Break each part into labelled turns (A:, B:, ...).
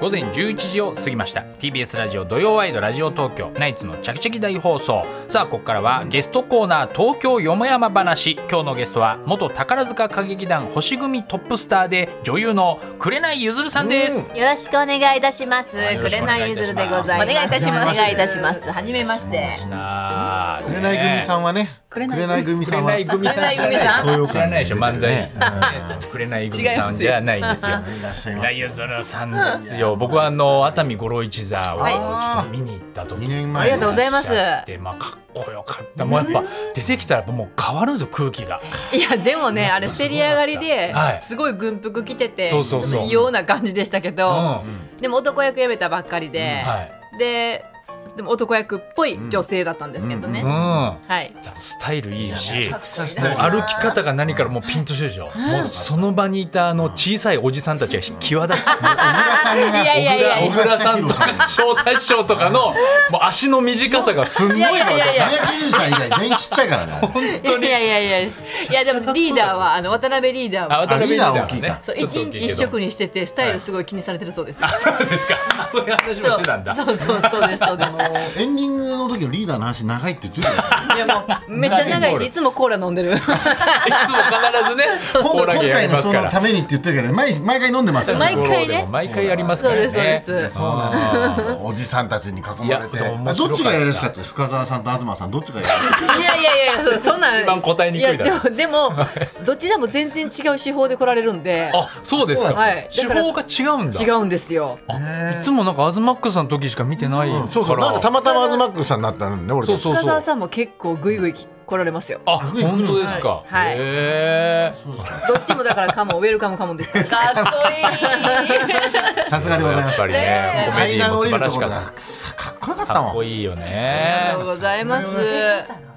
A: 午前11時を過ぎました TBS ラジオ土曜ワイドラジオ東京ナイツのチャキチャキ大放送さあここからはゲストコーナー東京よもやま話今日のゲストは元宝塚歌劇団星組トップスターで女優の紅ゆずるさんです、
B: よろしくお願いいたします。
A: いよろしくお願
B: 紅
A: い
B: ゆ
A: いた
B: ず
A: し
B: る
A: ます
B: でございます。
C: お願いいたします
B: お願いいたします。はじめまして。
A: なあ、
D: くれない組さ
A: ん。
D: んはね、くれ
C: 紅
D: ない組さんは
A: 紅組さん。
B: 紅組さん
A: 紅知らないでしょ、漫才
D: ね。
A: 紅組さんじゃないんですよ。
D: いらっしゃいま
A: ダ
D: す。
A: イヤゾラさんですよ。僕はあの熱海五郎一座をち
B: はい
A: ょっと見に行った時
D: 二年
B: あり
D: 前
B: がとうございます。
A: でまあかっこよかった。もうやっぱ出てきたらやっぱもう変わるんですよ空気が。
C: いやでもねあれせり上がりで
A: はい
C: すごい軍服着ててち
A: そ
C: ょ
A: う
C: っ
A: そうそう
C: と異様な感じでしたけ
A: うん。
C: ど
A: は
C: でも男役やめたばっかりで
A: い。
C: ででも男役っぽい女性だったんですけど
A: うん。
C: ね
A: 多
C: はい
A: 分スタイルいい
D: め
A: し
D: ちゃ。くちゃス
A: もう
D: タイル
A: 歩き方が何からもうピンとしてるでしょ、もうその場にいたあの小さいおじさんたちが際立つ
D: さん
C: いやいやいやい
A: 小
C: や
A: 倉さんとか翔太師匠とかのもう足の短さがすんごい
C: い
A: の
C: やいやいやいや
D: 宮城さん以外全員ちっちゃいからねあれ。
C: いやいやいやいやいやでもリーダーはあの渡辺リーダー
A: あ
C: は
A: 渡辺リーダーは
D: あリーダー大きい
A: ね
D: か
C: そう一日一食
A: に
C: にしててスタイルすごい気にされてるそうですよ。
A: そうですかあそういう話も
C: そ
A: し
C: う
A: てたんだ
C: そうそうそうですそうです。
D: エンディングの時のリーダーの話長いって言ってるよね。
C: いやもうめっちゃ長いしいつもコーラ飲んでる。
A: いつも必 ずねコー
D: 今
A: ラ
D: 回
A: ゲーやり
D: の
A: ます
D: 人
A: か
D: のた
A: ら
D: めにって言ってるけど毎毎回飲んでますから
C: 毎回ね
A: 毎回やりますからね
C: そうですそうです
D: そうなんですよおじさんたちに囲まれ
A: い
D: て
A: や面白かった
D: あどっちがやりやすかったです深澤さんと東さんどっちがやりやすかった
C: いやいやいやそうそんなん
A: 一番答えにくいだろ
C: やでもでもどちらも全然違う手法で来られるんで
A: あそうですか、
C: はい
A: 手法が違うんだ
C: 違うんですよ
A: いつもなんかアズマックスさんの時しか見てないから、
D: うんそうそうなんかたまたまアズマックスさんになったのね俺た
A: そ
D: ち
A: うそう
C: 深
A: そう
C: 澤さんも結構グイグイ来られますよ
A: あ本当ですか、
C: はい
A: へー
C: どっちもだからカモンウェルカムカモンですか
B: かっこいい。
D: さすがでござい
A: や
D: ま
A: っ
D: す
A: ぱりねコメディ
D: 階段
A: も素
D: 降り
A: 晴
D: る
A: ら
D: と
A: し
D: こ
A: か
D: ろ
A: っ
D: が
A: た
D: くそかっこよかった
A: かっ
D: も
A: こ
D: ん
A: いいよ
C: あり
A: ね
C: がとうございます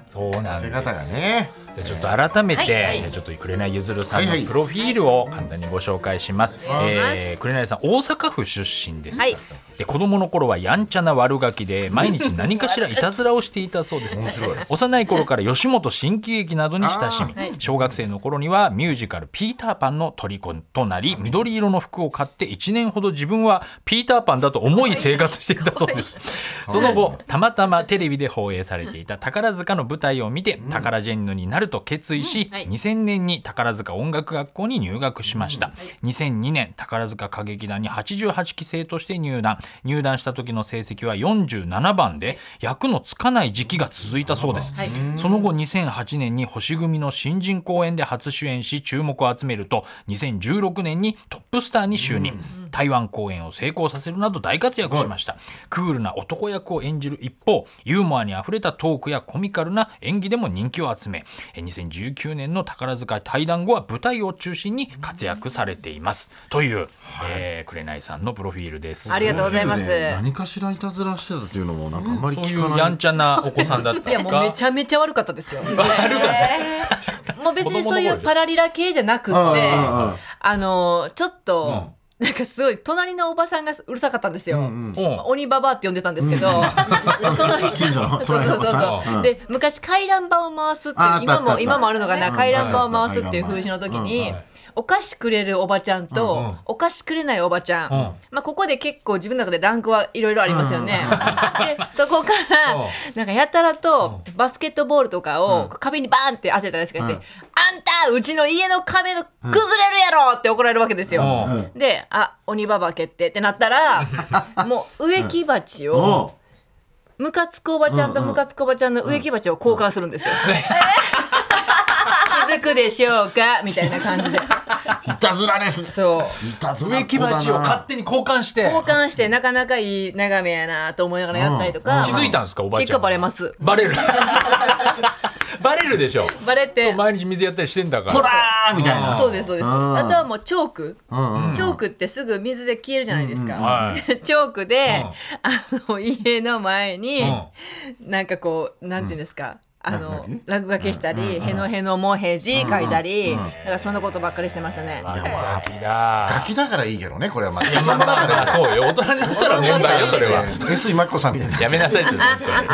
A: そうなんで
D: 出
A: す
D: 方がね
A: じゃあちょっと改めて、
B: はいはい
A: えーちょっと紅ゆずるさん
D: はいは
A: の
D: い
A: プロフィールを簡単にご紹介します。
B: 願いします
A: えー紅さん大阪府出身です。
C: はい
A: で子供の頃はやんちゃな悪ガキで毎日何かしらいたずらをしていたそうです。 幼い頃から吉本新喜劇などに親しみ
C: あーはい、
A: 小学生の頃にはミュージカルピーターパンの虜となり、緑色の服を買って1年ほど自分はピーターパンだと思い生活していたそうです。 その後、たまたまテレビで放映されていた宝塚の舞台を見て、宝ジェンヌになると決意し、
C: はい
A: 2000年に宝塚音楽学校に入学しました、2002年宝塚歌劇団に88期生として入団入団した時の成績は47番で役のつかない時期が続いたそうです、
C: はい
A: その後2008年に星組の新人公演で初主演し注目を集めると2016年にトップスターに就任、台湾公演を成功させるなど大活躍しました、クールな男役を演じる一方ユーモアにあふれたトークやコミカルな演技でも人気を集めえ2019年の宝塚対談後は舞台を中心に活躍されていますという、えー、紅さんのプロフィールです
C: ありがとうございます
D: ね何かしらいたずらしてたっていうのもなんかあんまり
A: そうい
D: 聞か
A: う
D: な
A: や
D: い
A: んちゃなお子さんだった
C: いやもうめち
A: ゃ
C: ゃめちゃ悪かったですよ
A: 悪かった
C: もう別にそういうパラリラ系じゃなくって
D: うんうんうん
C: あのちょっとなんかすごい隣のおばさんがうるさかったんですよ
D: うん
A: うん
C: 鬼ババアって呼んでたんですけど、その
D: 近所の
C: そうそうそうそう、
D: うん
C: で昔回覧板を回すってい
D: ああ
C: う
D: ったあ
C: 今
D: ったあっ
C: も
D: た
C: 今もあるのかな
D: うん
C: 回覧板を回すっていう
D: うん
C: 風習の時に、
D: うん
A: はい
C: お菓子くれるおばちゃんと、
A: うんうん
C: お菓子くれないおばちゃん、
A: うん
C: まあ、ここで結構自分の中でランクはいろいろありますよね、でそこから、
A: うん
C: なんかやたらとバスケットボールとかを壁にバーンって当てたりしかして、
D: うん
C: あんたうちの家の壁の崩れるやろって怒られるわけですよ、
A: うん
D: うん
C: で「あ鬼ババア決定」ってなった らもう植木鉢をムカつくおばちゃんとムカつくおばちゃんの植木鉢を交換するんですよ。気づくでしょうかみたいな感 じで
D: いたずらですね
C: そう
D: いたずら
A: 植
D: っ子
A: 木
D: だな
A: 鉢を勝手に交換して
C: 交換してなかなかいい眺めやなと思いながらやったりとか、
A: 気づいたんですかおばあちゃん
C: 結果バレます
A: バレる バレるでしょ
C: バレて
A: 毎日水やったりしてんだから
D: こらーみたいな
C: そうですそうです
D: うん
C: あとはもうチョーク
D: うんうん
C: チョークってすぐ水で消えるじゃないですか、
A: はい
C: チョークで、あの家の前に、
A: うん
C: なんかこうなんていうんですか、あの
D: 落書き
C: 落書きしたり「へのへのもへじ」書いたりなんかそんなことばっかりしてましたね。
A: あきだ
D: ガキだからいいけどねこれはまあ
A: まあまあま あそうよ大人になったら問題よそれは
D: S 井真紀子さんみたいな
A: やめなさいって言って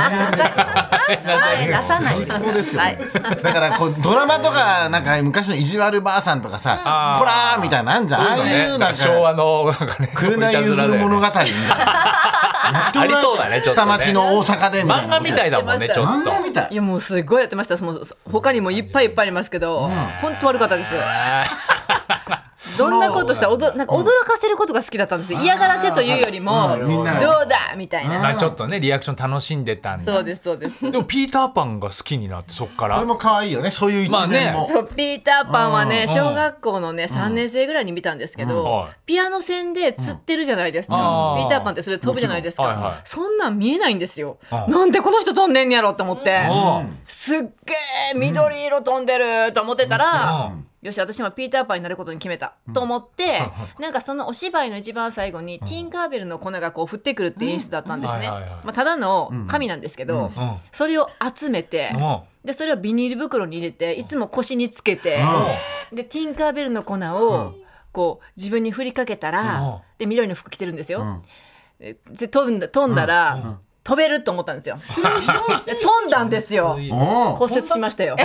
B: はい出さない。
D: そうですよ、
B: は
D: ね
B: い。
D: だからこうドラマとかなんか昔の意地悪ばあさんとかさ
A: あー
D: 「こら!」みたいなのあんじゃんああ
A: そう
D: い
A: いうう
D: なん
A: ね
D: か
A: 昭和のなんかね
D: 紅譲る物語みたいな
A: ありそうだねちょっとね
D: 下町の大阪でみたい
A: 漫
D: な
A: 画みたいだもんねちょっ
D: 漫
A: と
D: 画みたい
C: いやもうすごいやってましたもう他にもいっぱいいっぱいありますけど本当悪かった ですどんなことしたらおどなんか驚かせることが好きだったんですよ嫌がらせというよりも
D: うんみんなが
C: どうだみたいな
A: まあちょっとねリアクション楽しんでたんだ
C: そうですそうです
A: でもピーターパンが好きになってそっか
D: そ
A: ら
D: れも可愛いよねそういう一面も、
C: そうピーターパンは
A: うん
C: ね小学校のね3年生ぐらいに見たんですけ
A: うんは
C: ど
A: い
C: ピアノ線で釣ってるじゃないです
A: う
C: か
A: ん
C: ピーターパンってそれ飛ぶじゃないです
A: もちろんはいはい
C: かそんなん見えないんですよ
A: うん
C: なんでこの人飛んでんねやろって思って
A: うん
C: すっげえ緑色飛んでると思ってた
A: う
C: ら
A: ん
C: よし私もピーターパンになることに決めたと思ってなんかそのお芝居の一番最後にティンカーベルの粉がこう降ってくるって演出だったんですね
A: うんはいはいはい
C: まあただの紙なんですけど
A: うん
C: それを集めて
A: うん
C: でそれをビニール袋に入れていつも腰につけてでティンカーベルの粉をこう自分に振りかけた
A: うん
C: らで緑の服着てるんです
D: う
C: よ
D: ん。
C: でで飛んだ飛んだら飛べると思ったんですよ。で 飛んだんですよ。
A: うん
D: おー
C: 骨折しましたよ。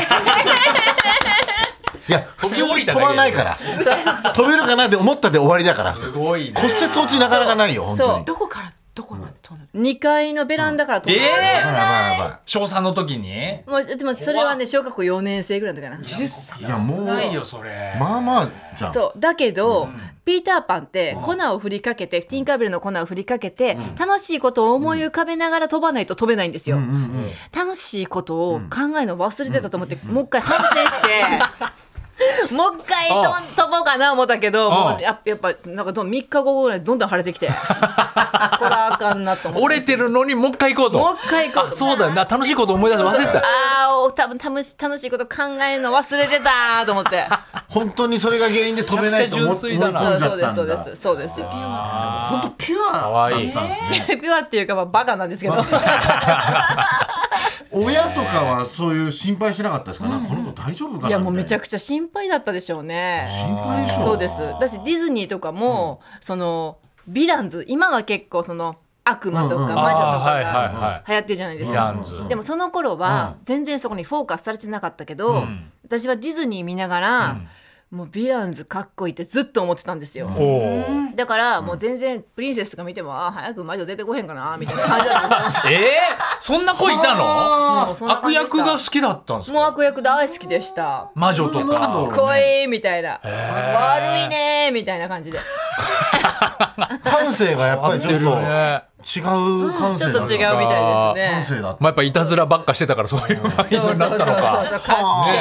D: いや普
A: 飛
D: 通
A: び降りた
D: 飛
A: だけ
D: ば
A: で
D: ないから飛べるかなって思ったで終わりだから
A: す
D: 骨
A: ごいね
D: 折落ちなかなかないよ本当に
C: そ
B: どこからどこまで飛んだ。
C: 2階のベランダから飛んだ。
A: え
D: やばいやばい
A: 小3の時に
C: もうでもそれはね小学校4年生ぐらいの時かな。
D: いやもう
A: ないよそれ
D: まあまあじゃん
C: そうだけど、ピーターパンって粉を振りかけて、ティンカーベルの粉を振りかけて、楽しいことを思い浮かべながら飛ばないと飛べないんですよ、
D: うんうん
C: 楽しいことを考えるの忘れてたと思って、もう一回反省 して、もう一回と
A: あ
C: ん飛ぼうかな思ったけど、
A: あ
C: もうややっぱなんかどん3日後ぐらいにどんどん腫れて きてこれあかんなと思って
A: 折れてるのにもう一回行こうと
C: もう一回行こう
A: あそうだよな楽しいこと思い出すの忘れてた
C: あーお多分楽し楽しいこと考えるの忘れてたと 思って。
D: 本当にそれが原因で飛べないと思っ
A: めちゃ
D: 思
A: く
D: い
A: ちゃ純粋だ
D: 込ん
A: な
C: そう
D: じ
C: そ
D: ゃ
C: う
D: っ
C: で
D: た
C: す
D: ん
C: そうで
D: だ
C: すそうです。
D: 本当ピュ
A: か
D: ア
A: わ
D: だ
A: い
D: っ
A: い
D: たんですね
C: ピュアっていうかまあバカなんですけど。
D: 親とかはそういう心配しなかったですかねこの子大丈 夫かない
C: やもうめちゃ
D: くち
C: くちゃ心配だったでしょうね。
D: ゃ心配でしょ
C: そうです。だしディズニーとかも、そのヴィランズ今は結構その悪魔と
D: うんうん
C: か魔女と
A: あーはい
C: か
A: はいはい
C: が流行ってるじゃないです
A: ヴィ
C: か。
A: ランズ
C: でもその頃は全然そこにフォーカスされてなかったけど、
A: ん
C: 私はディズニー見ながら、もうヴィランズかっこいいってずっと思ってたんですよ。
A: おお
C: だからもう全然プリンセスとか見てもあー早く魔女出てこへんかなみたいな感じだったんですよ。
A: ええそんな子いたの
C: もうそんな感
A: 悪
C: じでし
A: 役
C: た
A: が好きだったんです
C: もう
A: か
C: 悪役大好きでした。
A: 魔女と
D: なんだろう
A: か
C: かっこいいみたいな、悪いねーみたいな感じで
D: 感性がやっぱりちょっと違う
A: ね
D: 感
C: ち
D: 性
C: ょ
D: だ
C: っと違うみたい
D: 感
C: ですね
D: 性だ
A: ま
D: った
A: あやっぱいたずらばっかしてたからそういうマイン
C: そ
A: ドに
C: うそ
A: な
C: う
A: っ
C: そう
A: た
C: そ
A: の
C: う
A: か
C: そうかっ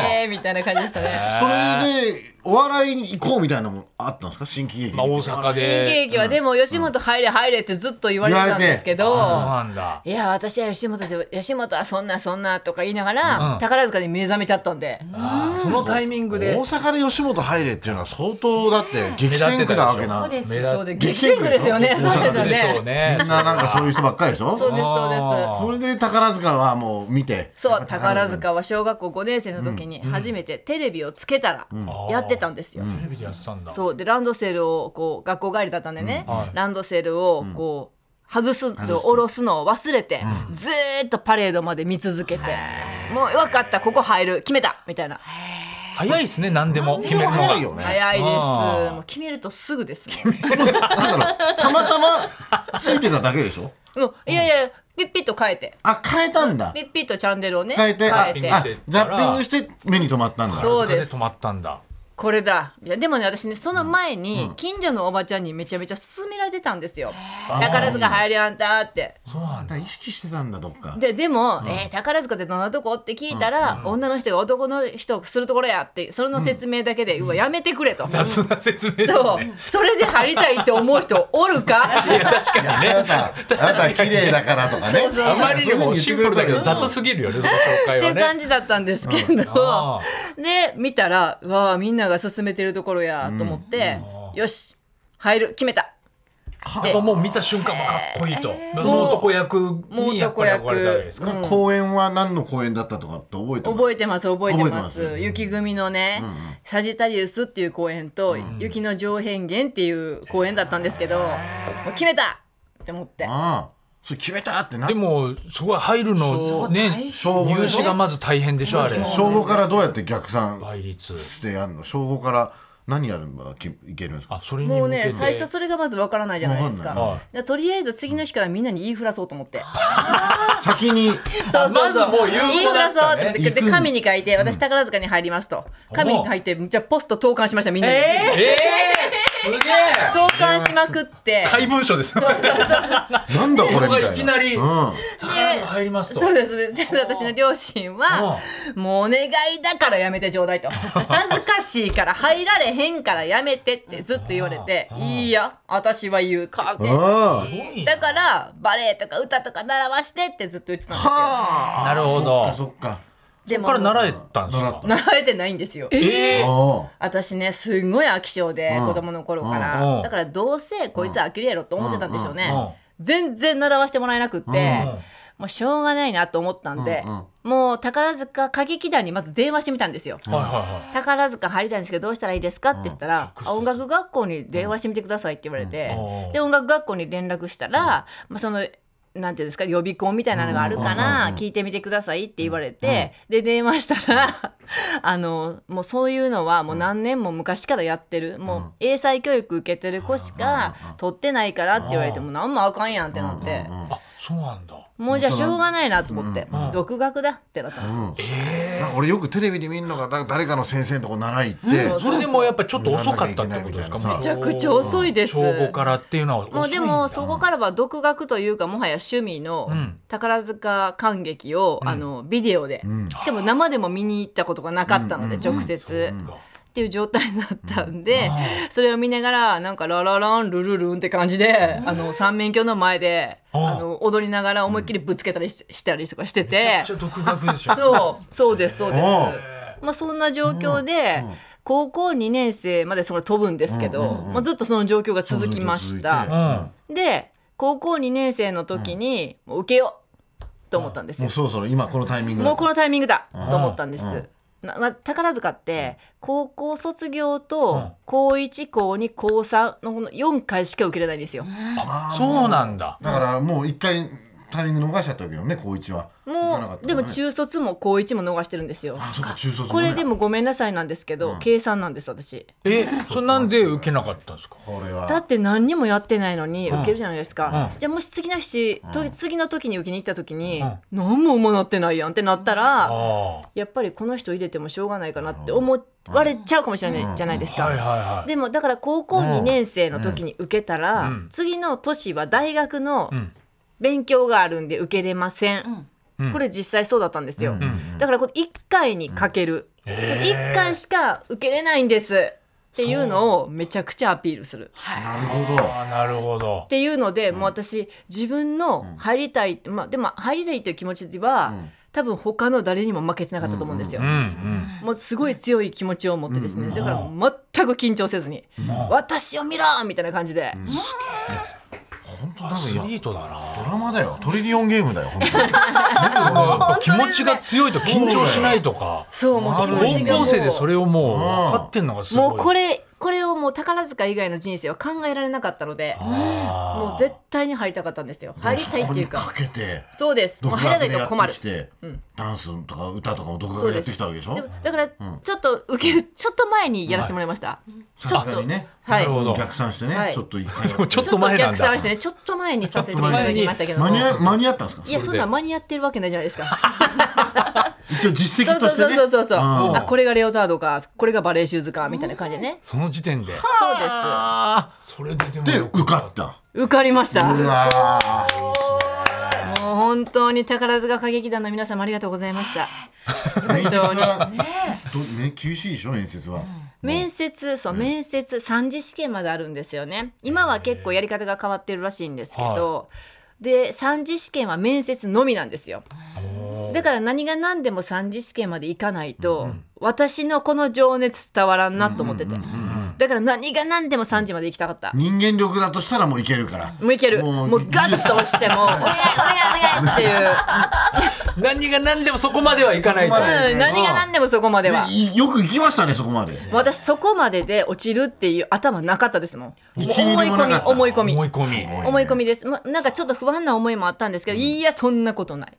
C: けーみたいな感じでしたね
D: それでお笑いに行こうみたいなのもあったんですか新喜劇
A: まあ大阪
C: 新
A: で
C: 喜劇はでも吉本入れ入れってずっと言われてたんですけど、
A: あそうなんだ
C: いや私は吉本ですよ吉本はそんなそんなとか言いながら、
A: うん
C: 宝塚に目覚めちゃったんで、
A: あーそのタイミング
D: 大
A: で
D: 阪で吉本入れっていうのは相当だって激戦区なわけな
B: そうです
A: 目
B: よ。
A: 立
C: そうで
D: 激
C: 激
D: 戦
C: 戦
D: 区
C: 区
D: でしょ
C: ですよねそうですよ
A: でしょう
C: ね
A: ね
D: みんななんかそういう人ばっかりでしょ
C: そうですそうです
A: あー
D: それで宝塚はもう見て
C: そう宝塚は小学校5年生の時に初めてテレビをつけたらやってたんですよ、
A: テレビでやってたんだ
C: そうでランドセルをこう学校帰りだったんでね、
A: はい
C: ランドセルをこう外すと下ろすのを忘れて、ずーっとパレードまで見続けて、もう分かったここ入る決めたみたいな
A: 早いですね何でも決めるの
D: 早い
A: が
D: よね
C: 早いです
A: あー
C: もう決めるとすぐですね
D: なんだろうたまたまついてただけでしょ
C: もういやいやピッピッと変えて
D: あ変えたんだ
C: ピッピッとチャンネルをね
D: 変えてあ
A: 変えて
D: あザッピングして目に留まったんだ
C: そう
A: それ
C: です
A: 止まったんだ
C: これだいやでもね私ねその前に近所のおばちゃんにめちゃめちゃ勧められてたんですよ宝塚入りあんたって
A: そうなんだ
D: 意識してたんだどっか
C: ででも、えー宝塚ってどんなとこって聞いたら、女の人が男の人をするところやってそれの説明だけで、うわやめてくれと。
A: 雑な説明です
C: そう
A: ね
C: それで入りたいって思う人おるか
D: あなたあなた綺麗だからとかね
C: そう
A: あまりにもシンプルだけど
D: そういうふうに言ってくれたけど
A: 雑すぎるよねその紹介
C: ってい
A: は
C: う
A: ね
C: 感じだったんですけど、
A: あ
C: で見たらうわあみんなが勧めてるところやと思って、よし入る決めた
A: やっぱもう見た瞬間もかっこいいと、その男役にやっぱり憧れたわけですか、
D: 公演は何の公演だったとかって覚えてます
C: 覚えてます覚えてま
D: 覚
C: す
D: えてます
C: 雪組のね、サジタリウスっていう公演と、雪の上辺弦っていう公演だったんですけど、もう決めたって思って
D: ああそれ決めたってな
A: でもそこは入るのね
D: そう大変
A: 入試がまず大変でしょあれ
D: 正午からどうやって逆算
A: 倍率
D: してやるの正午から何やればきいけるんですか
A: あそれに
C: もう
A: 向け
C: ね
A: て
C: 最初それがまずわからないじゃないですか
D: わかんない
A: はい
C: でとりあえず次の日からみんなに言いふらそうと思って
D: 先に
C: そうそうそう
A: あまずもう言う
C: 言い
A: 子
C: ふ
A: だ
C: ら
A: っ
C: そう
A: た
C: って
A: ね
C: 思ってで紙に書いて私宝塚に入りますと紙に書いてじゃあポスト投函しましたみんなに、
A: えー、すげえ
C: 投函しまくって
A: 怪文書ですね
D: なんだこれみたいな。
A: いきなり
D: うん、
A: 宝塚入りますと
C: そうですね。で私の両親は、もうお願いだからやめてちょうだいと。恥ずかしいから入られへんからやめてってずっと言われて、いいや、私は言うか
D: うん。は
A: すごいな
C: だから、バレエとか歌とか習わしてってずっと言ってたんですよ。
D: あ。
A: なるほ
D: そっ
A: ど
D: かそっか。
C: で
A: そ
C: も
A: っから習えたんです
D: 習
A: か
D: っ
C: 習えてないんですよ。
A: えー
D: あ
C: 私ねすんごい飽き性で、
D: うん
C: 子供の頃か
A: うんう
C: ら
A: ん
C: だからどうせこいつ飽きるやろと思ってたんでしょうね、
A: うんうん
C: 全然習わしてもらえなくって、
A: ん
C: もうしょうがないなと思ったんで、
D: うん
C: もう宝塚歌劇団にまず電話してみたんですよ。
A: はいは
C: 宝塚入りたいんですけどどうしたらいいですかって言ったら、あ音楽学校に電話してみてくださいって言われて、
A: うん
C: で音楽学校に連絡したら、まあ、そのなんていうんですか予備校みたいなのがあるから聞いてみてくださいって言われて、で電話したら あのもうそういうのはもう何年も昔からやってる、もう英才教育受けてる子しか取ってないからって言われて、もう何もあかんやんってなって、
A: いあそうなんだ
C: もうじゃあしょうがないなと思って、
A: うん
C: 独学だってなったんですよ。
D: あ。なんか俺よくテレビで見るのがだ誰かの先生のとこ習い行って、
C: うん
A: それでもやっぱちょっと遅かったってことですか
D: め
C: めちゃくちゃ遅いです。
A: 小5からっていうのは遅いんだ
C: もうでもそこからは独学というかもはや趣味の
A: うん
C: 宝塚観劇を、あのビデオで、
D: ん
C: しかも生でも見に行ったことがなかったので、直接、っていう状態になったんで、それを見ながらなんかララランルルルンって感じで、あの三面鏡の前で、
A: ん
C: あの踊りながら思いっきりぶつけたりし,、したりとかして
A: めち
C: て
A: ゃくちゃ独学でしょ
C: そうそうですそうです
D: うん。
C: まあそんな状況で、高校2年生までそれ飛ぶんですけど、まあ、ずっとその状況が続きました。
D: うん
A: うんあ
C: で高校2年生の時に、もう受けようと思ったんです
D: も
C: よ
D: う、そろそろ今このタイミング。
C: もうこのタイミングだ
A: ん
C: と思ったんです、なな宝塚って高校卒業と高1高2高3のこの4回しか受けれないんですよ、
A: そうなんだ
D: だからもう一回タイミング逃しちゃったわけよね、高一は。行かなか
C: も
D: ったら
C: うで
D: ね
C: も。中卒も高1も逃してるんですよ
D: あ、そっか中卒ね。
C: これでもごめんなさいなんですけど、計算なんです私
A: えそれなんで受けなかったんですか
D: これ
C: だ
D: は。
C: って何にもやってないのに受けるじゃないですか、
A: うん
C: じゃあもし次の日、と次の時に受けに行った時に、
A: うん
C: 何も思なってないやんってなったら、
A: あ
C: やっぱりこの人入れてもしょうがないかなって思われちゃうかもしれないじゃないです
A: あはいはい
C: か。
A: はい
C: でもだから高校2年生の時に受けたら、
A: うん
C: 次の年は大学の
A: ん
C: 勉強があるんで受けれません、
A: うん
C: これ実際そうだったんですよ、
A: ん
C: だからこれ1回にかける、一1回しか受けれないんですっていうのをめちゃくちゃアピールする。
D: なるほど。
A: あーなるほど
C: っていうので、もう私自分の入りたいって、まあ、でも入りたいっていう気持ちは、多分他の誰にも負けてなかったと思うんですよ。
A: うんうん
C: もうすごい強い気持ちを持ってですね、だから全く緊張せずに「私を見ろ!」みたいな感じで、
D: 本当
A: ア
D: だ
A: ス
D: ね。
A: リ
D: いや
A: ートだな
D: ドラマだよ。トリリオンゲームだよ。本当に
A: 気持ちが強いと緊張しないとか
C: そうもう
A: 高
C: 気持ちがも
A: 校生でそうれをもう分かってんのがすごい
C: もうこれこれをもう宝塚以外の人生は考えられなかったので
A: あー
C: もう絶対に入りたかったんですよ入りたいっていう
D: そこ
C: か
D: にかけて。
C: そうですもう
D: 独
C: 入ら
D: 学
C: な
D: で
C: い
D: や
C: と
D: っ
C: 困
D: て
C: る
D: き。て、ダンスとか歌とかも独学
C: そう
D: でや
C: で
D: って
C: す
D: きたわけでしょ
C: でもだからちょっと受けるちょっと前にやらせてもらいました、
D: さすがにね、
C: はい
A: なるほど
D: 逆算してね、
C: はい
D: ちょっと一回やって
A: ちょっ
C: ち
A: と
C: ょっとお
A: 前なんだ
C: 客さんしてねちょっと前にさせていただきましたけど
D: 間
C: も
D: に合間に合ったんですか
C: いや
A: そ
C: そ
A: れで
C: んなん間に合ってるわけないじゃないですか
D: 一応実
C: そう
D: 績
C: そ
D: と
C: う
D: して
C: そう
D: ね
C: そうそうそう。
A: ん
C: あこれがレオタードか、これがバレーシューズかみたいな感じでね。
A: その時点で
C: そうです。
A: あそれででも
D: で
A: よく
D: 受かった
C: 受かりました。
D: う
C: もう
D: わ
C: 本当に宝塚歌劇団の皆様ありがとうございました。
D: ー面接は
B: ねえ
D: どね厳しいでしょ面接は、
C: 面接、そう、面接、三次試験まであるんですよね。今は結構やり方が変わってるらしいんですけど、で、三次試験は面接のみなんですよ。だから何が何でも三次試験まで行かないと、私のこの情熱伝わらんなと思ってて。
A: うん
C: だから何が何でも3時まで行きたかった。
D: 人間力だとしたらもういけるから。
C: もういける。
D: も
C: も
D: う
C: うガッと押し ても、お願いお願いお願いっ
A: 何が何でもそこまではいかないと
D: そこまで
C: ていう。うん、何が何でもそこまでは。
D: ねよく行きましたね、そこまで。
C: 私そこまでで落ちるっていう頭なかったですもん。もう
D: 一ミ
C: 思い
D: リもな
C: 込
D: か
C: み
D: った
C: 思い込み
A: 思い込み
C: 思い込みです。まなんかちょっと不安な思いもあったんですけど、いやそんなことない。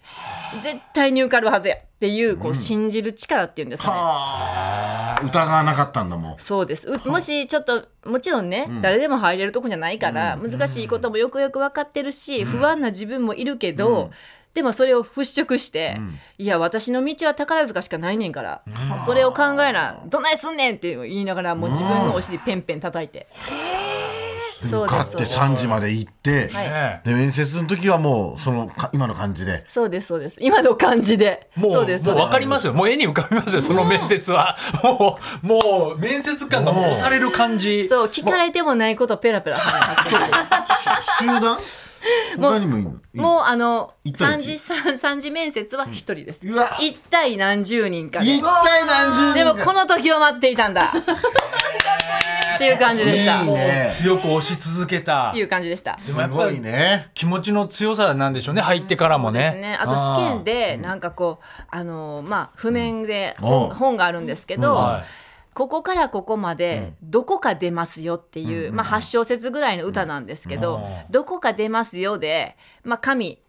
C: 絶対に受かるはずやっていうこう信じる力っていうんですかね。
D: はあ。疑わなかったんだもん。
C: そうですうもしちょっともちろんね、誰でも入れるとこじゃないから、難しいこともよくよく分かってるし、不安な自分もいるけど、でもそれを払拭して、いや私の道は宝塚しかないねんから、それを考えなどないすんねんって言いながらもう自分のお尻ペンペン叩いて、そう
D: 受
C: で
D: か
C: す
D: っ
C: そうで
D: て
C: す
D: 3時まで行って、
A: ね
D: で、面接の時はもう、その、か今の感じで。
C: そうですそうです今の感じで
A: もう
C: そうですそ
A: も
C: う
A: う
C: で
A: 分かりますよもう絵に浮かびますよその面接は、もうもう面接官がもう押される感じ
C: すそう聞かれてもないことペラペラ
D: 集 団他にもいる
C: もうあの
D: 一対
C: 三
D: 一
C: 次三三次面接は一人です。
D: うわ
C: 一対何十人かで。
D: 一体何十人
C: でも
D: か
C: この時を待っていたん だ。っていう感じでした。
D: いい
C: っ
D: ね
A: 強く押し続けた
C: ていう感じでした。
D: すごいね。
A: 気持ちの強さなんでしょうね入ってからもね,、
C: ですね、あと試験でなんかこうあのーまあ譜面で本,、
D: うん
C: 本があるんですけど、
A: はい
C: ここからここまでどこか出ますよっていう、まあ、8小節ぐらいの歌なんですけど、
A: うん
C: どこか出ますよで、まあ、紙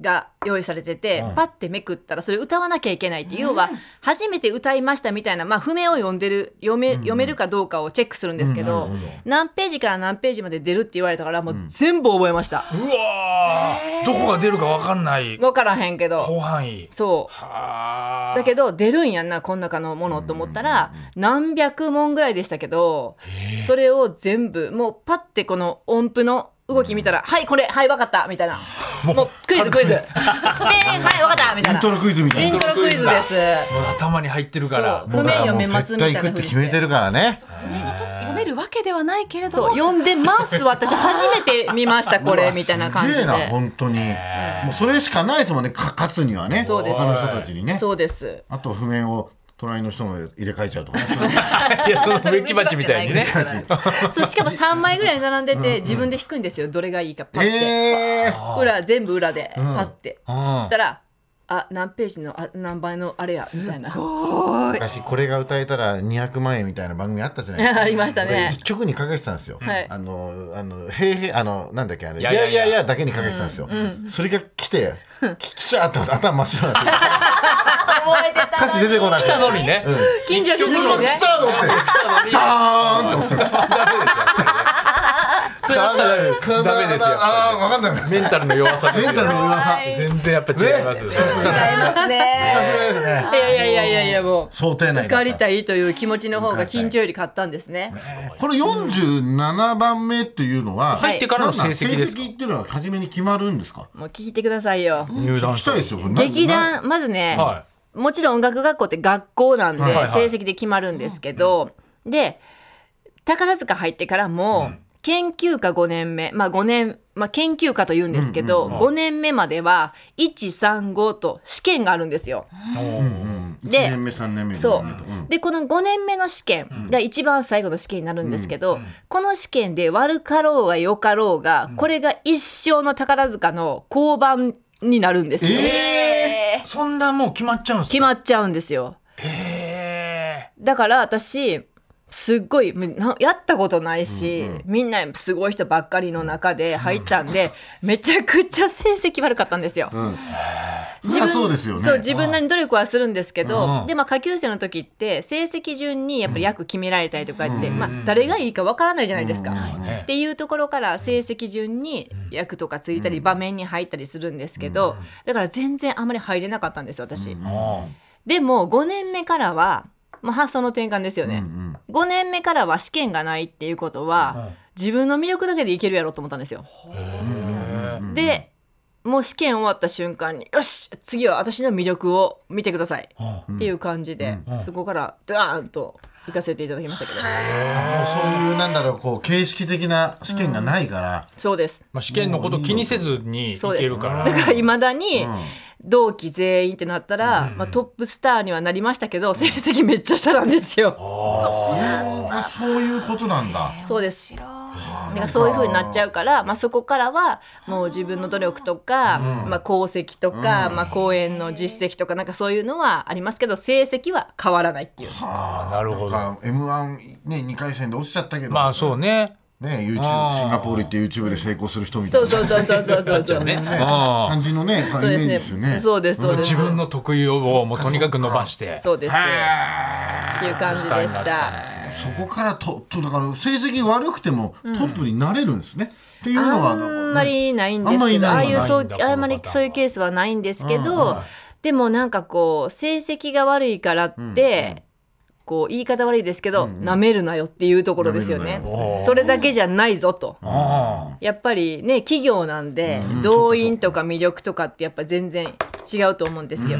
C: が用意されてて、
A: うん
C: パッてめくったらそれ歌わなきゃいけないっていう、要は初めて歌いましたみたいな、まあ、譜面を読んでる読め読めるかどうかをチェックするんですけど、何ページから何ページまで出るって言われたからもう全部覚えました。
A: うわーどこが出るか分かんない
C: 分からへんけど
A: 広範囲
C: そう
A: はー
C: だけど出るんやんなこん中のものと思ったら何百問ぐらいでしたけどそれを全部もうパッてこの音符の動き見たら「はいこれはいわかった」みたいなもうクイズクイズ「ペンはいわかった」み
D: イ
C: たい
D: ン
C: な
D: トロクイズみた
C: イ
D: い
C: ン
D: な。
C: トロクイズです
A: もう頭に入ってるから
C: そう譜面読めます
D: もう絶対行くって決めてるからね。
B: 譜面がと読めるわけではないけれど
C: そう
B: も
C: 読んでます私初めて見ましたこれみたいな感じ
D: すげえ
C: で
D: な本当に。もうそれしかないですもんね。か勝つにはね。
C: そうです
D: 他の人たちにね。
C: そうです
D: あと譜面を隣の人の入れ替えちゃうとかね。
A: いやそ の植木鉢みたいにね
C: それ難しくない からそうしかも3枚ぐらい並んでて自分で弾くんですよどれがいいかパッて。
D: えー
C: 裏全部裏でパッて、
A: ん
C: したら「あ何ページのあ何倍のあれや」みたいな
D: 昔これが歌えたら200万円みたいな番組あったじゃないですか。
C: ありましたね
D: 一曲にかけてたんですよ。
C: はい
D: あの、あの、へいへい、あの、なんだっけ、あれ、い
A: や
D: や
A: い
D: い
A: や
D: や
A: いや
D: いやだけにかけてたんですよ。それが来て、きちゃーって頭真っ白になって、
C: 覚えてた
D: 歌詞出てこなくて。
A: 来たのにね、
C: 近所
A: 結
C: 静
A: 局の
C: 子
A: 来
C: ね
A: たのって
D: ダーンって押すよ。ダメですよ。
A: ダメですよ
D: ああ、わかんない。
A: メンタルの弱さですよ
D: メンタルの弱さ。
A: 全然やっぱ違いますよね
D: ねさすが
C: 違いますね
D: さすがですね。
C: いやいやいやいやいやもう
D: 想定内だった
C: 受かりたいという気持ちの方が緊張より勝ったんですね
D: この47番目っていうのは、
A: 入ってからの成績ですか
D: なんなん成績っていうのは初めに決まるんですか
C: もう聞いてくださいよ
A: 入
D: 聞
A: 団
D: き
A: した
D: たいですよ。これ
C: 劇団まずね、
A: は
C: もちろん音楽学校って学校なんで
A: はいはい
C: 成績で決まるんですけど、で宝塚入ってからも研究科5年目まあ5年、まあ、研究科と言うんですけど、5年目までは135と試験があるんですよ。
D: うん一
C: で
D: 年目、3年目、
C: そ
D: 四年目と
C: うでこの5年目の試験が一番最後の試験になるんですけど、この試験で悪かろうが良かろうが、これが一生の宝塚の交番になるんですよ。
A: いそんなもう決まっちゃうんです
C: 決まっちゃうんですよ。
A: え
C: だから私すっごいむなやったことないし、みんなすごい人ばっかりの中で入ったんで、めちゃくちゃ成績悪かったんですよ。
D: うん。そりゃそうですよね。
C: そう自分なりに努力はするんですけど、
A: うん
C: でまあ下級生の時って成績順にやっぱり役決められたりとかって、まあ、誰がいいかわからないじゃないですか。
A: ね
C: っていうところから成績順に役とかついたり場面に入ったりするんですけど、だから全然あまり入れなかったんですよ私。
A: あ
C: でも5年目からは、まあ、発想の転換ですよね、
D: ん
C: 5年目からは試験がないっていうことは、自分の魅力だけでいけるやろうと思ったんですよ、でもう試験終わった瞬間によし次は私の魅力を見てください、っていう感じで、そこからドワーンと行かせていただきましたけど、
D: もうそういうなんだろうこう形式的な試験がないから、
C: そうです
A: まあ試験のこと気にせずにいけるから
C: だからいまだに、同期全員ってなったら、まあ、トップスターにはなりましたけど成績めっちゃ下なんですよ。
D: あそういうことなんだ。
C: そうです
D: あ
C: なんかそういうふうになっちゃ
D: う。
C: うから、まあ、そこからはもう自分の努力とか、まあ、功績とか、まあ、講演の実績とかなんかそういうのはありますけど成績は変わらないっていう。
A: あなるほど。
D: なんか M1 ね二回戦で落ちちゃったけど、
A: まあそうね。
D: ね YouTube
A: あー
D: シンガポール行って YouTube で成功する人みたい
C: そう
D: な
C: そうそうそうそうそうそう。
A: ね。
D: 感じのね
C: そう
D: イメージ
C: で
D: です
C: す
D: よね
C: ね。。そうですそうです
A: 自。分の得意をもうとにかく伸ばして。
C: そうです。っていう感じでし
A: スターになったね。
D: そこからととだから成績悪くてもトップになれるんですね。っていうのは
C: あんまりないんで
D: あん
C: す
D: ま
C: け
D: り
C: ど、あ
D: ない
C: あいう
A: な
C: そ
A: いん
C: う
A: だこの
C: あんまり
A: パターンは
C: そういうケースはないんですけ
D: うんうん
C: ど、でもなんかこう成績が悪いからって。こう言い方悪いですけど、舐めるなよっていうところですよね
D: 舐める
A: なよ
C: それだけじゃないぞと
A: あ
C: やっぱりね企業なんで、動員とか魅力とかってやっぱ全然違うと思うんですよ、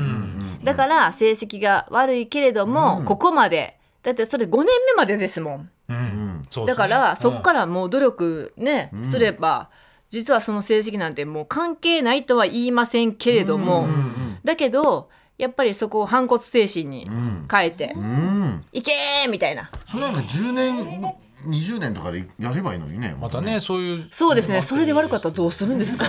C: だから成績が悪いけれども、ここまでだってそれ5年目までですもん
A: あ。うん。そうですね
C: だからそこからもう努力ね、すれば実はその成績なんてもう関係ないとは言いませんけれども、だけどやっぱりそこを反骨精神に変えて「
D: うん。
C: いけー!」みたいな
D: それなんか10年20年とかでやればいいのにね。
A: またねそういう。
C: そうですねそれで悪か ったらどうするんですか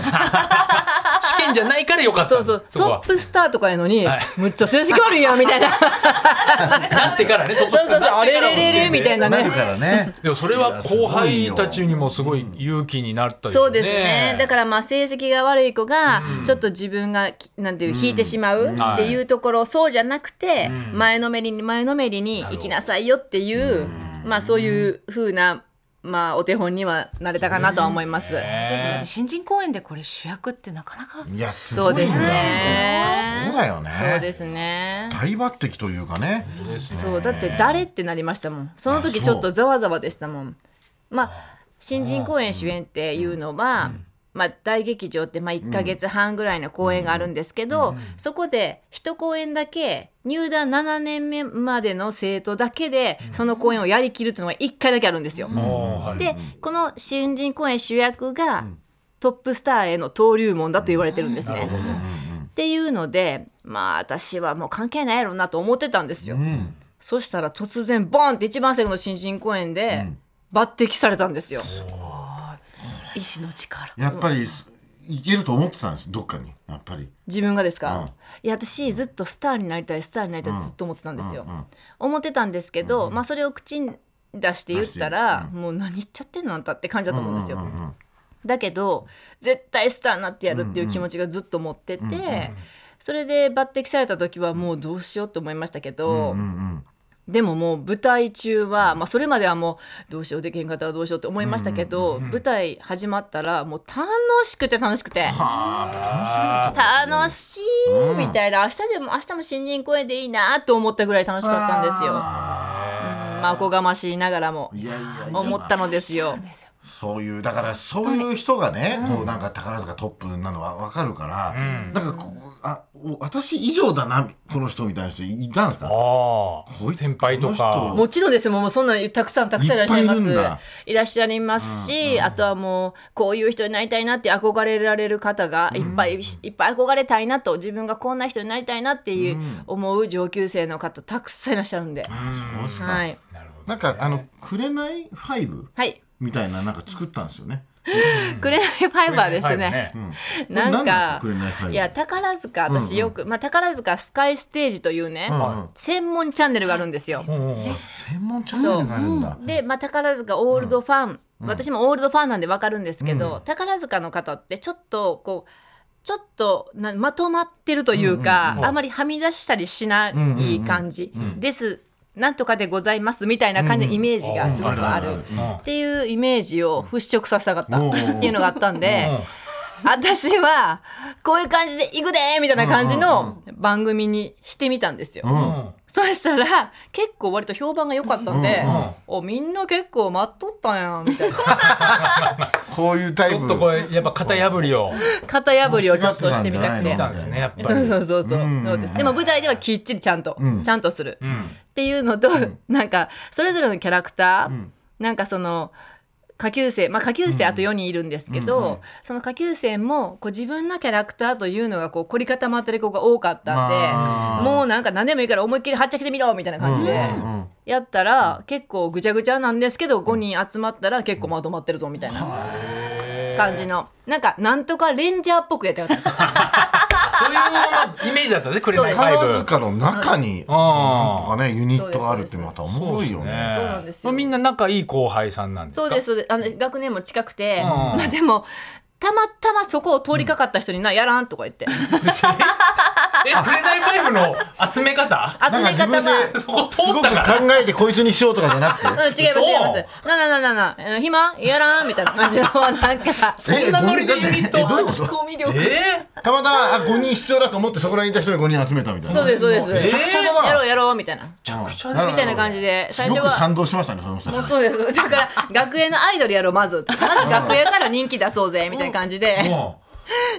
A: 試験じゃないからよかった
C: そ
A: の。
C: うそう
A: そこ
C: ト
A: は
C: ップスターとかやのに、むっちゃ成績悪いやんみたいなそう
A: なってからね。そう
C: そうそうあれれれれみたいな
D: なる
C: ね。
D: からね。
A: でもそれは後輩たちにもすごい勇気になったり
C: そうですねだからまあ成績が悪い子がちょっと自分がきなんていう引いてしまうっていうところそうじゃなくて前のめりに前のめりに行きなさいよっていうまあそういうふうなまあお手本にはなれたかなとは思います。
B: 私だって新人公演でこれ主役ってなかなか
D: いやす
C: そ
D: ご
C: う
D: いんだ。
C: です
D: そう
C: ね。
D: だよね。
C: そうですね。
D: 大抜擢というかね。
C: そうだって誰ってなりましたもんその時
D: あ
C: ち
D: そう
C: ょっとざわざわでしたもんまあ新人公演主演っていうのは、まあ、大劇場ってまあ1か月半ぐらいの公演があるんですけど、そこで一公演だけ入団7年目までの生徒だけでその公演をやりきるというのが1回だけあるんですよ。
A: はい
C: でこの新人公演主役がトップスターへの登竜門だと言われてるんですね。っていうのでまあ私はもう関係ないやろうなと思ってたんですよ。
D: うん。
C: そしたら突然ボーンって一番最後の新人公演で抜擢されたんですよ。
B: 意志の力
D: やっぱりいけると思ってたんです。どっかにやっぱり。
C: 自分がですか、
D: うん
C: いや私ずっとスターになりたいスターになりたいってずっと思ってたんですよ。思ってたんですけど、まあ、それを口に出して言ったら、もう何言っちゃってんのあんたって感じだと思うんですよ。だけど絶対スターになってやるっていう気持ちがずっと持ってて、それで抜擢された時はもうどうしようと思いましたけど。でももう舞台中は、まあ、それまではもうどうしようできへんかったらどうしようって思いましたけど、舞台始まったらもう楽しくて楽しくて楽しいみたいな明日でも明日も新人公演でいいなと思ったぐらい楽しかったんですよ。うんまあ、おこがましいながらも
D: いやいやいや。
C: 思ったのですよ。
D: そういうだからそういう人がね、こうなんか宝塚トップなのはわかるから、なんかこうあお私以上だなこの人みたいな人いたんですか。
A: あ
D: こ
A: あ
D: いつ
A: 先輩と
D: この
A: か
D: 人
C: もちろんですよもうそんなにたくさんたくさんいらっしゃいま
D: いっぱい
C: す
D: い
C: い
D: るんだ
C: らっしゃいますし、あとはもうこういう人になりたいなって憧れられる方がいっぱい、いっぱい憧れたいなと自分がこんな人になりたいなっていう思う上級生の方たくさんいらっしゃるんで、
D: そうですか
C: はい
D: なんかあのくれないファイブ
C: はい
D: みたいななんか作ったんですよ ね。
C: くれないファイバーですね な
D: なん
C: ん
D: です
C: か
D: かくれないファイブ。
C: いや宝塚私よく、まあ、宝塚スカイステージというね、
D: うんうん
C: 専門チャンネルがあるんですよ。
D: 専門チャンネルがあるんだ。
C: で、まあ、宝塚オールドファン、私もオールドファンなんでわかるんですけど、宝塚の方ってちょっとこうちょっとなまとまってるというか、あまりはみ出したりしない感じです、なんとかでございますみたいな感じのイメージがすごくある。
D: うんうんあるある
C: っていうイメージを払拭させたかった
D: うん
C: っていうのがあったんで私はこういう感じで行くでみたいな感じの番組にしてみたんですよ。
D: うん。
C: そしたら結構割と評判が良かったんで、おみんな結構待っとったんやみたいな
D: こういうタ
A: ち
D: イ
A: ょ
D: プ
A: っとこれやっぱ型破りを
C: 型破りをちょっとしてみた
D: も
C: く
D: う
C: て
D: 縛ってた
A: なんですねやっぱ
C: そう
A: り
C: そうそうそう
D: うん
C: そうですでも舞台ではきっちりちゃんと、ちゃんとする、っていうのと、なんかそれぞれのキャラクター、なんかその下級生、まあ、下級生あと4人いるんですけど、その下級生もこう自分のキャラクターというのがこう凝り固まってる子が多かったんで、
D: まあ
C: もうなんか何でもいいから思いっきりはっちゃけてみろみたいな感じでやったら結構ぐちゃぐちゃなんですけど5人集まったら結構まとまってるぞみたいな感じのなんかなんとかレンジャーっぽくやって はったんですよ
A: そういうのイメージだったね、くれない
D: 宝
A: 5。
D: 塚の中に、
A: あ
D: なんかね、ユニットがあるってまたおもろいよね。
C: そうなんですよ
A: みんな仲いい後輩さんなんですか
C: そうですそうですあの学年も近く
A: う
C: て、
A: ん
C: まあでもたまたまそこを通りかかった人にな「やらん」とか 言って
A: え、くれない5の集め方
C: 集め方が。
A: そこ
D: す
A: 通
D: ご
A: っ
D: く
A: たから。
D: 考えてこいつにしようとかじゃなくて。
C: うん、違います、違います。ななななな、えー暇やらんみたいな感じの、なんか、
A: そんなノリでユニット
D: えどういうこと
C: コミ力。
A: え
D: たまたまあ5人必要だと思ってそこらにいた人に5人集めたみたいな。
C: そうです、そうです。
A: えー
C: やろう、やろう、みたいな。
D: うん
C: みたいな感じで、
D: す
C: 最
D: ご
C: 初
D: く
C: は。
D: 賛同しましたね、その人
C: もうそうです。だから、学園のアイドルやろう、まず。まず学園から人気出そうぜ、みたいな感じで
A: ー。も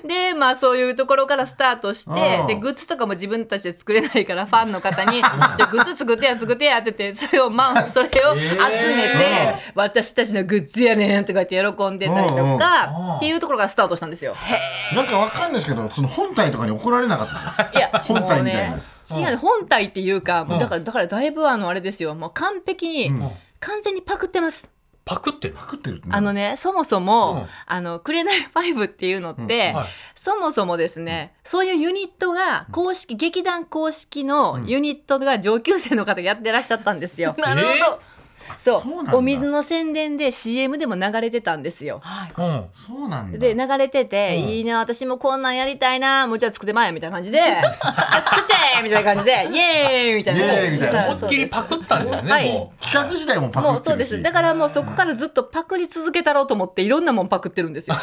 C: で、まあそういうところからスタートして
D: う、ん
C: で、グッズとかも自分たちで作れないから、ファンの方に、じゃあグッズ作ってや、作ってやってて、それを、まあ、それを集めて、
A: え
C: 私たちのグッズやねんとか言って喜んでたりと
A: うんうん
C: か、っていうところからスタートしたんですよ。
D: なんかわかんないですけど、その本体とかに怒られなかったですか
C: いや、
D: 本体みたいな
C: もうね違う、本体っていうか、もうだから、だからだいぶあの、あれですよ、もう完璧に、
A: う、
C: 完全にパクってます。
A: パクってる。
D: 食ってるってね
C: あのね、そもそも、
A: うん
C: あの、くれない5っていうのって、
A: はい
C: そもそもですね、そういうユニットが、公式、劇団公式のユニットが上級生の方がやってらっしゃったんですよ。
A: なるほど
C: そう
D: そうなんだ
C: お水の宣伝で CM でも流れてたんですよ。
B: はい。
A: うん。
D: そうなんだ。
C: で流れてて、
A: うん
C: いいな私もこんなんやりたいなもうじゃあ作ってまえみたいな感じで作っちゃえみたいな感じでイエーイみたいな
D: イエーイみたいな
A: 思いっきりパクったんだよ
C: はい
A: ね、もう。
D: 企画自体もパク
C: もう
D: って
C: そう
D: る
C: で
D: し。
C: すだからもうそこからずっとパクり続けたろうと思っていろんなもんパクってるんですよ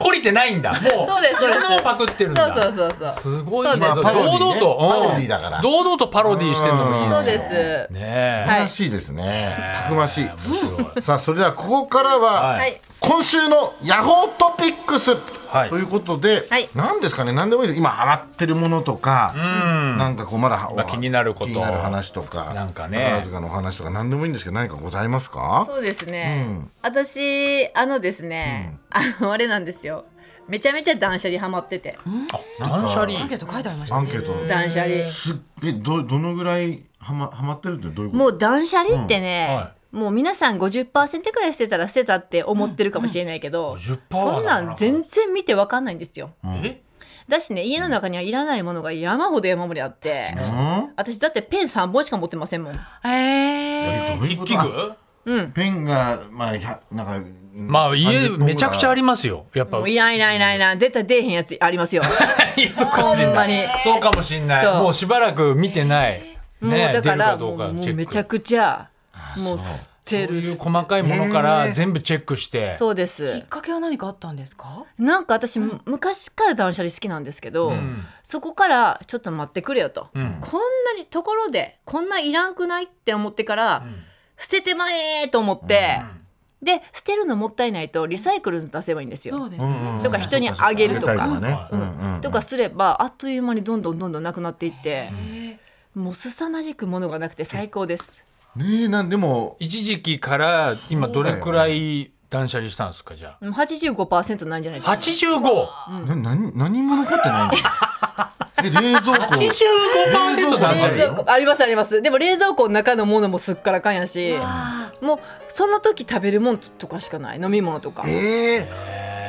A: 懲りてないんだ。もう。
C: そうですそうです
A: いろんなもんパクってるん
C: そ
A: だ。
C: うそうそうそう
A: すごいね。
C: そ
A: 堂々
C: うです
A: と。
D: まあパロディね
A: うん
D: パロディだから
A: 堂々とパロディしてるのもいい
C: そう
A: ね
C: です、
A: ねえ
C: はい
D: らしいですね。たくましい。
A: 面白い。
D: さあそれではここからは、
A: はい
D: 今週のヤホートピックス、
A: はい
D: ということで、
C: はい
D: 何ですかね何でもいいです今ハマってるものとか、なんかこうまだ、
A: まあ気になること
D: 気になる話とか
A: なんかね
D: 宝塚の話とか何でもいいんですけど何かございますか
C: そうですね、私あのですね、あのあれなんですよめちゃめちゃ断捨離ハマってて
A: 断捨離
B: アンケート書いてありました
D: ア
B: ね。
D: ンケート
C: 断捨離
D: すっえどどのぐらいハマハマってるってどういうこと
C: もう断捨離ってね、
A: うんは
C: もう皆さん50%くらいしてたら捨てたって思ってるかもしれないけど、
A: 50%
C: そんなん全然見てわかんないんですよ
A: え
C: だしね家の中にはいらないものが山ほど山盛りあって、
D: うん
C: 私だってペン3本しか持ってませんもん
B: ええ
D: どうい
A: 筆
D: うこ
A: 記
D: と
A: 具
D: あペンがまあひゃなんか
A: まあ家めちゃくちゃあ
D: り
A: りますよ。やっぱ。
C: もういないいないいないいない絶対出えへんやつありますよ
A: いやそうかもしん
C: ほんま
A: ない
C: に。
A: そうかもしんない。
C: そう
A: もうしばらく見てない。
C: もうだか
A: 出る
C: ら
A: ど
C: も
A: う
C: う
A: か
C: もう
A: チェック
C: めちゃくちゃもう捨て
A: そう
C: る
A: いう細かいものから全部チェックして。
C: そうで
B: き
C: す
B: っかけは何かあったんですか？
C: なんか私、昔から断捨離好きなんですけど、
A: うん
C: そこからちょっと待ってくれよと、
A: うん
C: こんなにところでこんないらんくないって思ってから、
A: ん
C: 捨ててまえと思って、で捨てるのもったいないとリサイクルに出せばいいんですよ。
B: そうです
D: うん
B: ね。
C: とか人にあげるとか
D: ね
A: うん
D: うん
C: とかすればあっという間にどんどんどんどんなくなっていって、
B: え
C: もう凄まじくものがなくて最高です。
D: ねえなんでも
A: 一時期から今どれくらい断捨離したんですかじゃ
C: もう85%ないんじゃないで
A: あ。
C: すか。
A: 85。
D: な何何も残ってないんだよえ冷蔵庫
A: 85%断捨
D: あ
A: 離
D: る
C: 冷
D: よ。
C: 蔵庫ありますありますでも冷蔵庫の中のものもすっからかんやし
B: あ
C: もうその時食べるもんとかしかない飲み物とか
D: え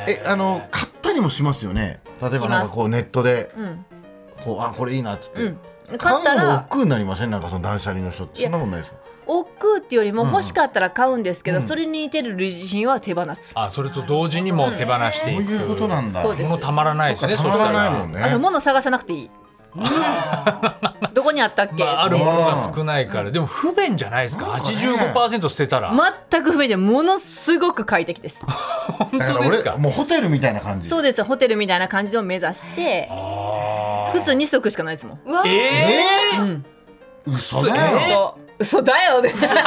D: ええあの買ったりもしますよね例えばなんかこうネットで
C: うん
D: こうあこれいいなっつって、
C: うん買
D: 買
C: った
D: うのも
C: ら
D: 億劫になりませんなんかその断捨離の人って
C: いや
D: そんなことないですか
C: 億劫っていうよりも
D: うん
C: 欲しかったら買うんですけど、
D: うん
C: それに似てる類似品は手放す、
A: あ、それと同時にもう手放してい
D: こう
A: く。
D: いうことなんだ
C: そうです
A: 物たまらないですね。
D: そうかたまらない
A: そした
D: もんね
C: あの物探さなくてい い、どこにあったっけ、
A: まあ、あるも
D: わ
A: のが少ないから、でも不便じゃないですか。
D: なんかね
A: 85%捨てたら。
C: 全く不便でものすごく快適です
A: 本
D: だか
A: 当です
D: ら
A: か
D: 俺。もうホテルみたいな感じ
C: そうですホテルみたいな感じを目指して靴2足しかないですもん
B: ーうわ
A: え
B: ー
A: えー
D: 嘘だよ
C: 嘘嘘だよね嘘だ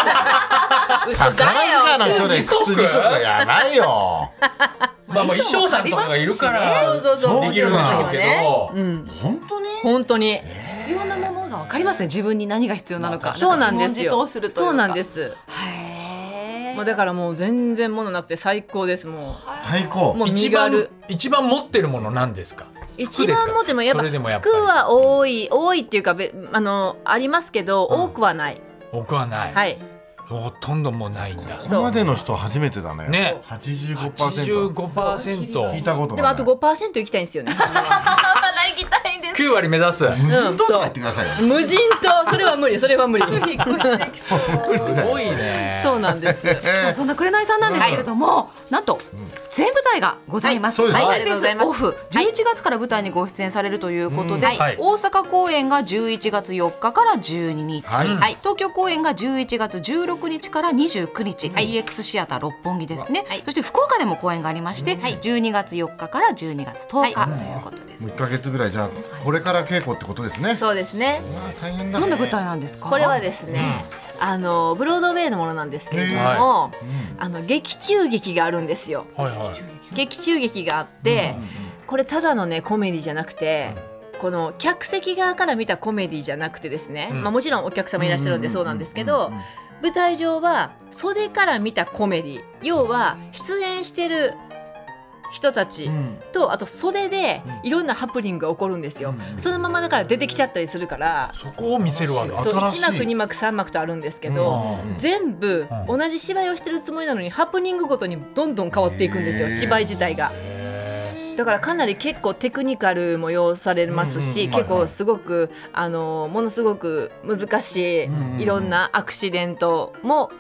D: 宝塚
C: よ
D: の人で靴
A: 靴二足
D: 2足はやばいよ
A: まあ、まあ衣装さんとかがいるから。
C: そうそうそう
A: できるんでしょうけど。
C: うん
D: 本当に
C: 本当に
B: 必要なものがわかりますね。自分に何が必要なのか。
C: そうなんです
B: 自問自
C: よ
B: 答するというか。。
C: そうなんですす
B: へ
C: もうだからもう全然物なくて最高ですも
D: 最高
C: うもう
A: 一
C: 身
A: 番
C: 軽
A: 一番持ってるものなんですか
C: 一番持ってもやっ
A: それでもや
C: ぱ
A: っぱり
C: 服は多い多いっていうかべあのありますけど多くはない、
A: 僕はない、
C: はい
A: ほとんどもうないんだ
D: ここまでの人初めてだね
A: ね
D: 85%
A: 85%
D: 聞いたこと
C: でも
D: が
C: あ
D: な
C: と
D: い
C: 5%行きたいんですよね
B: 行きたいんです。
A: 9割目指す
D: 無
C: う
D: 人島
C: ん
D: と
C: そ
D: か
C: う
D: 言ってくださいよ
C: 無人島それは無理それは無理
B: 引っ越してきそう。
A: すごいね
C: そうな んです
B: そうそんな紅さんなんですけれども、なんと全舞台がございます。
D: はいそうです
B: ライブ
C: ありがとうございます
B: オフ11月から舞台にご出演されるということで、
A: うんはい
B: 大阪公演が11月4日から12日、
D: はい
B: はい東京公演が11月16日から29日、EX シアター六本木ですね。そして福岡でも公演がありまして、12月4日から12月10日、ということです。
D: もう1ヶ月ぐらいじゃあこれから稽古ってことですね
C: そうですね
D: うわ大変だ
B: なんで舞台なんですか。
C: これはですね、あのブロードウェイのものなんですけれども、あの劇中劇があるんですよ
A: はいはい
C: 劇中劇があって、これただのねコメディじゃなくて、この客席側から見たコメディじゃなくてですね、
A: うん
C: まあ、もちろんお客様いらっしゃるんでそうなんですけど、舞台上は袖から見たコメディ要は出演してる人たちとあと袖でいろんなハプニングが起こるんですよ、そのままだから出てきちゃったりするから、
A: そこを見せるわけ
C: そう
D: 新しい
C: 1幕2幕3幕とあるんですけど、
A: うん
C: 全部
A: うん
C: 同じ芝居をしてるつもりなのにハプニングごとにどんどん変わっていくんです
D: へ
C: よ
D: ー
C: 芝居自体が。だからかなり結構テクニカルも要されます
A: う
C: し
A: んうんうん
C: 結構すごくあのものすごく難し
D: んうん
C: いいろんなアクシデントも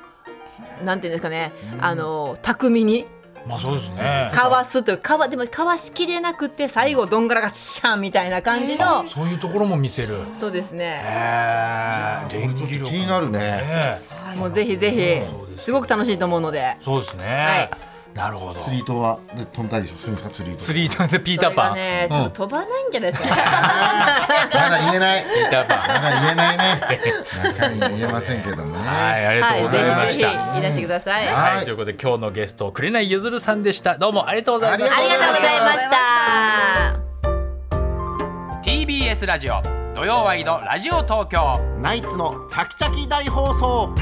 C: なんていうんですかねあの巧みに
A: まあそうですね
C: かわすというかわでもかわしきれなくて最後どんがらがシャンみたいな感じの
A: そういうところも見せる
C: そうですね
A: へえ
D: ちょ
A: 電
D: っと
A: 気力
D: 気になるね
A: ね
C: もうぜひぜひすごく楽しいと思うので。
A: そうですねなるほど
D: 釣り糸はで飛んだりしまするんですか釣り糸
A: 釣り糸でピー
C: そ
A: タ
C: れ
A: ーパ
C: が
A: ン
C: ね、
A: う
C: 多
A: ん
C: 分飛ばないんじゃないですかね。
D: まだ言え ない
A: ピーターパン
D: まだ言えない ねなかなか言えませんけどもね
A: はい、ありがとうございました。
C: はい、ぜひぜひいらしてください。あ
A: はい、
D: はい
A: ということで今日のゲスト紅ゆずるさんでした。どうもありがとうございまし
D: あ
C: りがとうございまし
A: た。
C: た。
A: TBS ラジオ土曜ワイドラジオ東京。
E: ナイツのチャキチャキ大放送